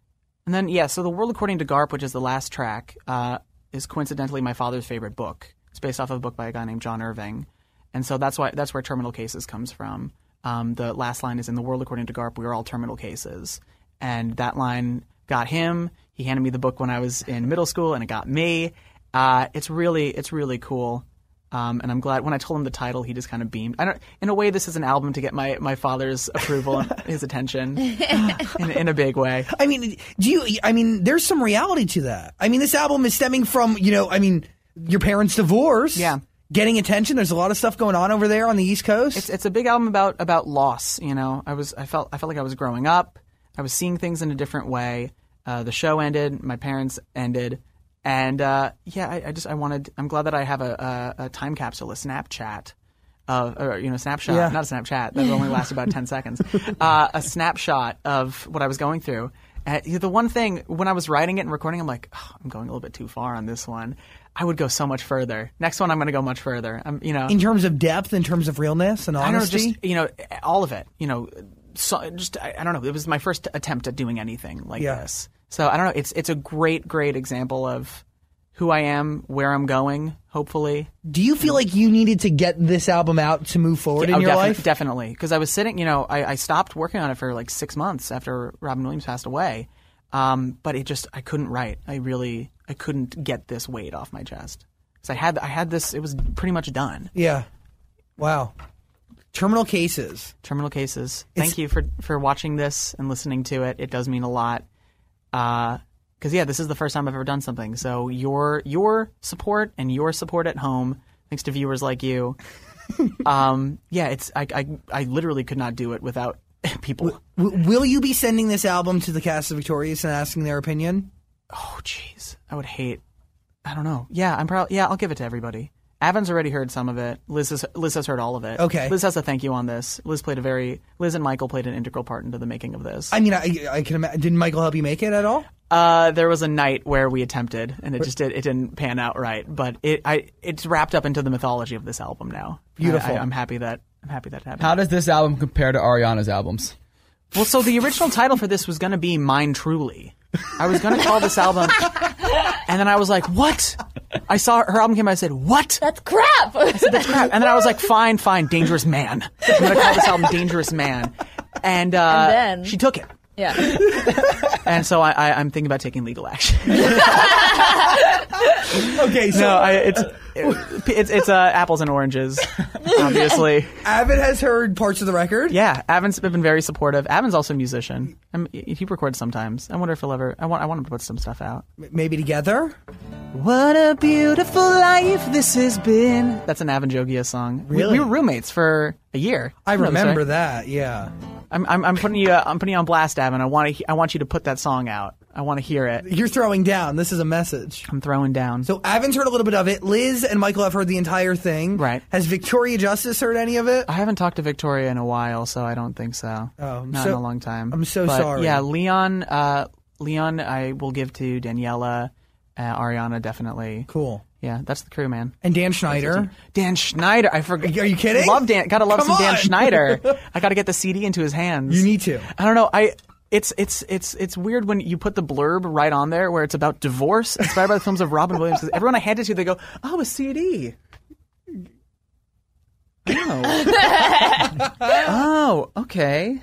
Speaker 5: And then, yeah, so The World According to Garp, which is the last track, uh, is coincidentally my father's favorite book. It's based off of a book by a guy named John Irving. And so that's why that's where Terminal Cases comes from. Um, the last line is In the world according to Garp, we are all terminal cases. And that line got him. He handed me the book when I was in middle school, and it got me. Uh, it's really, it's really cool. Um, and I'm glad when I told him the title, he just kind of beamed. I don't. In a way, this is an album to get my, my father's approval and his attention in, in a big way.
Speaker 4: I mean, do you? I mean, there's some reality to that. I mean, this album is stemming from you know, I mean, your parents' divorce.
Speaker 5: Yeah.
Speaker 4: Getting attention. There's a lot of stuff going on over there on the East Coast.
Speaker 5: It's, it's a big album about about loss. You know, I was I felt I felt like I was growing up. I was seeing things in a different way. Uh, the show ended. My parents ended, and uh, yeah, I, I just I wanted. I'm glad that I have a, a, a time capsule, a Snapchat. Of, or, you know, snapshot,
Speaker 4: Yeah.
Speaker 5: not a Snapchat. That would only last about ten seconds. Uh, a snapshot of what I was going through. And the one thing when I was writing it and recording, I'm like, "Oh, I'm going a little bit too far on this one. I would go so much further. Next one, I'm going to go much further. I'm, you know,
Speaker 4: in terms of depth, in terms of realness and
Speaker 5: I don't know,
Speaker 4: honesty.
Speaker 5: just you know, all of it. You know, so, just I, I don't know. It was my first attempt at doing anything like
Speaker 4: Yeah.
Speaker 5: this. So I don't know. It's it's a great, great example of who I am, where I'm going. Hopefully,
Speaker 4: Do you feel like you needed to get this album out to move forward in
Speaker 5: Oh,
Speaker 4: your
Speaker 5: defi-
Speaker 4: life?
Speaker 5: definitely. Because I was sitting, you know, I, I stopped working on it for like six months after Robin Williams passed away. Um, but it just I couldn't write. I really I couldn't get this weight off my chest. Because I had I had this. It was pretty much done.
Speaker 4: yeah. Wow. Terminal cases.
Speaker 5: Terminal Cases. Thank you for for watching this and listening to it. It does mean a lot. Because yeah, this is the first time I've ever done something. So your your support and your support at home, thanks to viewers like you. um, yeah, it's I, I I literally could not do it without people.
Speaker 4: W- will you be sending this album to the cast of Victorious and asking their opinion?
Speaker 5: Oh jeez, I would hate. I don't know. Yeah, I'm proud. Yeah, I'll give it to everybody. Avan's already heard some of it. Liz has, Liz has heard all of it.
Speaker 4: Okay.
Speaker 5: Liz has a thank you on this. Liz played a very Liz and Michael played an integral part into the making of this.
Speaker 4: I mean, I, I can imagine. Didn't Michael help you make it at all?
Speaker 5: Uh, there was a night where we attempted, and it just did, it didn't pan out right. But it I it's wrapped up into the mythology of this album now.
Speaker 4: Beautiful.
Speaker 5: I, am happy that I'm happy that happened.
Speaker 9: How does this album compare to Ariana's albums?
Speaker 5: well, so the original title for this was going to be "Mine Truly." I was going to call this album, and then I was like, "What?" I saw her album came. out, I said, "What?"
Speaker 7: That's crap.
Speaker 5: That's crap. And then I was like, "Fine, fine, Dangerous Man." I'm going to call this album "Dangerous Man," and, uh,
Speaker 7: And then-
Speaker 5: she took it.
Speaker 7: yeah.
Speaker 5: And so I, I, I'm thinking about taking legal action.
Speaker 4: Okay, so
Speaker 5: No, I, it's it's it's uh, apples and oranges, obviously.
Speaker 4: Avid has heard parts of the record.
Speaker 5: Yeah, Avin's been very supportive. Avin's also a musician. I'm, he records sometimes. I wonder if he'll ever. I want. I want him to put some stuff out.
Speaker 4: Maybe together.
Speaker 5: What a beautiful life this has been. That's an Avin Jogia song. We-
Speaker 4: Really?
Speaker 5: We, were roommates for a year.
Speaker 4: I
Speaker 5: You know this,
Speaker 4: remember
Speaker 5: right?
Speaker 4: that. Yeah.
Speaker 5: I'm, I'm I'm putting you. Uh, I'm putting you on blast, Avin. I want to. I want you to put that song out. I want to hear it.
Speaker 4: You're throwing down. This is a message.
Speaker 5: I'm throwing down.
Speaker 4: So Avin's heard a little bit of it. Liz and Michael have heard the entire thing.
Speaker 5: Right.
Speaker 4: Has Victoria Justice heard any of it?
Speaker 5: I haven't talked to Victoria in a while, so I don't think so.
Speaker 4: Oh, I'm
Speaker 5: not
Speaker 4: so-
Speaker 5: in a long time.
Speaker 4: I'm so
Speaker 5: But,
Speaker 4: sorry.
Speaker 5: Yeah, Leon. Uh, Leon, I will give to Daniela, uh, Ariana, definitely.
Speaker 4: Cool.
Speaker 5: Yeah, that's the crew, man.
Speaker 4: And Dan Schneider.
Speaker 5: Dan Schneider, I forgot.
Speaker 4: Are you kidding?
Speaker 5: Love Dan. Gotta love
Speaker 4: Come
Speaker 5: some Dan
Speaker 4: on.
Speaker 5: Schneider. I gotta get the CD into his hands.
Speaker 4: You need to.
Speaker 5: I don't know. I. It's it's it's it's weird when you put the blurb right on there where it's about divorce inspired by the films of Robin Williams. 'cause everyone I hand it to, they go, "Oh, a CD." Oh. oh, okay.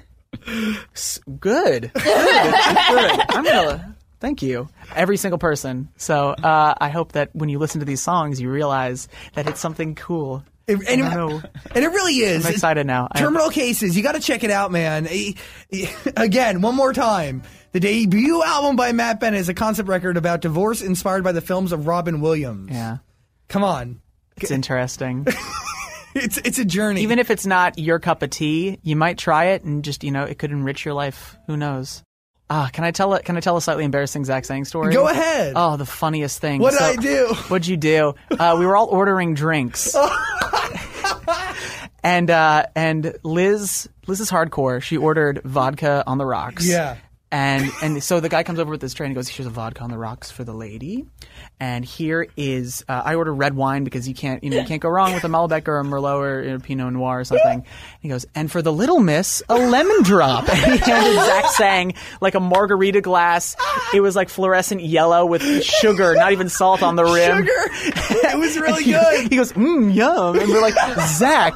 Speaker 5: S- good. Good. Good. I'm gonna. Thank you, every single person. So uh, I hope that when you listen to these songs, you realize that it's something cool.
Speaker 4: It- and,
Speaker 5: I don't know.
Speaker 4: and it really is.
Speaker 5: I'm excited now. I-
Speaker 4: Terminal Cases. You got to check it out, man. Eh, eh, Again, one more time. The debut album by Matt Bennett is a concept record about divorce inspired by the films of Robin Williams.
Speaker 5: Yeah,
Speaker 4: Come on.
Speaker 5: it's interesting.
Speaker 4: It's it's a journey.
Speaker 5: Even if it's not your cup of tea, you might try it and just you know it could enrich your life. Who knows? Ah, can I tell a can I tell a slightly embarrassing Zach Sang story?
Speaker 4: Go ahead.
Speaker 5: Oh, the funniest thing.
Speaker 4: What did I do? Oh.
Speaker 5: What'd you do? Uh, we were all ordering drinks, and uh, and Liz Liz is hardcore. She ordered vodka on the rocks.
Speaker 4: Yeah.
Speaker 5: And and so the guy comes over with this tray and he goes, "Here's a vodka on the rocks for the lady, and here is uh, I order red wine because you can't you know you can't go wrong with a Malbec or a Merlot or you know, Pinot Noir or something." And he goes, "And for the little miss, a lemon drop." And he handed Zach Sang like a margarita glass. It was like fluorescent yellow with sugar, not even salt on the rim.
Speaker 4: Sugar. it was really
Speaker 5: He- "Mm,
Speaker 4: good.
Speaker 5: He goes, mmm, yum. And we're like, Zach,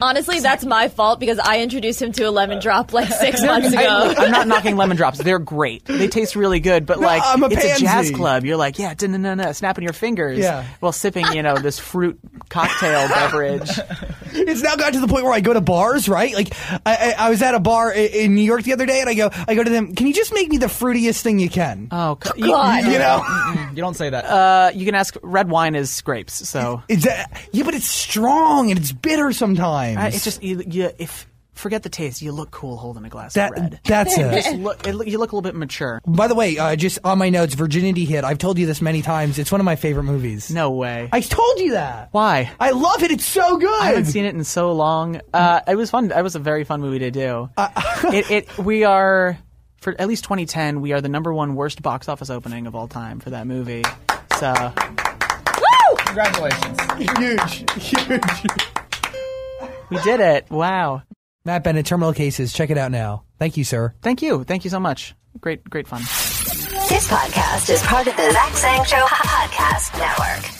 Speaker 7: Honestly, that's my fault because I introduced him to a lemon drop like six months ago.
Speaker 5: I, am not knocking lemon drops. They're great. They taste really good. But like,
Speaker 4: I'm a
Speaker 5: it's a jazz
Speaker 4: pansy.
Speaker 5: club. You're like, yeah, no, no, no, snapping your fingers
Speaker 4: Yeah.
Speaker 5: while sipping, you know, this fruit cocktail beverage.
Speaker 4: It's now got to the point where I go to bars, right? Like I, I, I was at a bar i- in New York the other day, and I go, I go to them. Can you just make me the fruitiest thing you can?
Speaker 5: Oh, c- you-
Speaker 7: God.
Speaker 5: You,
Speaker 4: you know,
Speaker 9: Mm, you don't say that.
Speaker 5: uh, you can ask. Red wine is grapes, so
Speaker 4: it's uh, yeah, but it's strong and it's bitter sometimes.
Speaker 5: I- Uh, it's just you, you. If forget the taste, you look cool holding a glass
Speaker 4: that.
Speaker 5: of red.
Speaker 4: That's it.
Speaker 5: Just look, it, you look a little bit mature.
Speaker 4: By the way, uh, just on my notes, Virginity Hit. I've told you this many times. It's one of my favorite movies.
Speaker 5: No way.
Speaker 4: I told you that.
Speaker 5: Why?
Speaker 4: I love it. It's so good.
Speaker 5: I haven't seen it in so long. Uh, it was fun. It was a very fun movie to do.
Speaker 4: Uh,
Speaker 5: it, it we are for at least 2010. We are the number one worst box office opening of all time for that movie. So
Speaker 9: Congratulations.
Speaker 4: Huge, huge.
Speaker 5: we did it. Wow.
Speaker 4: Matt Bennett, Terminal Cases. Check it out now. Thank you, sir.
Speaker 5: Thank you. Thank you so much. Great, great fun.
Speaker 3: This podcast is part of the Zach Sang Show Podcast Network.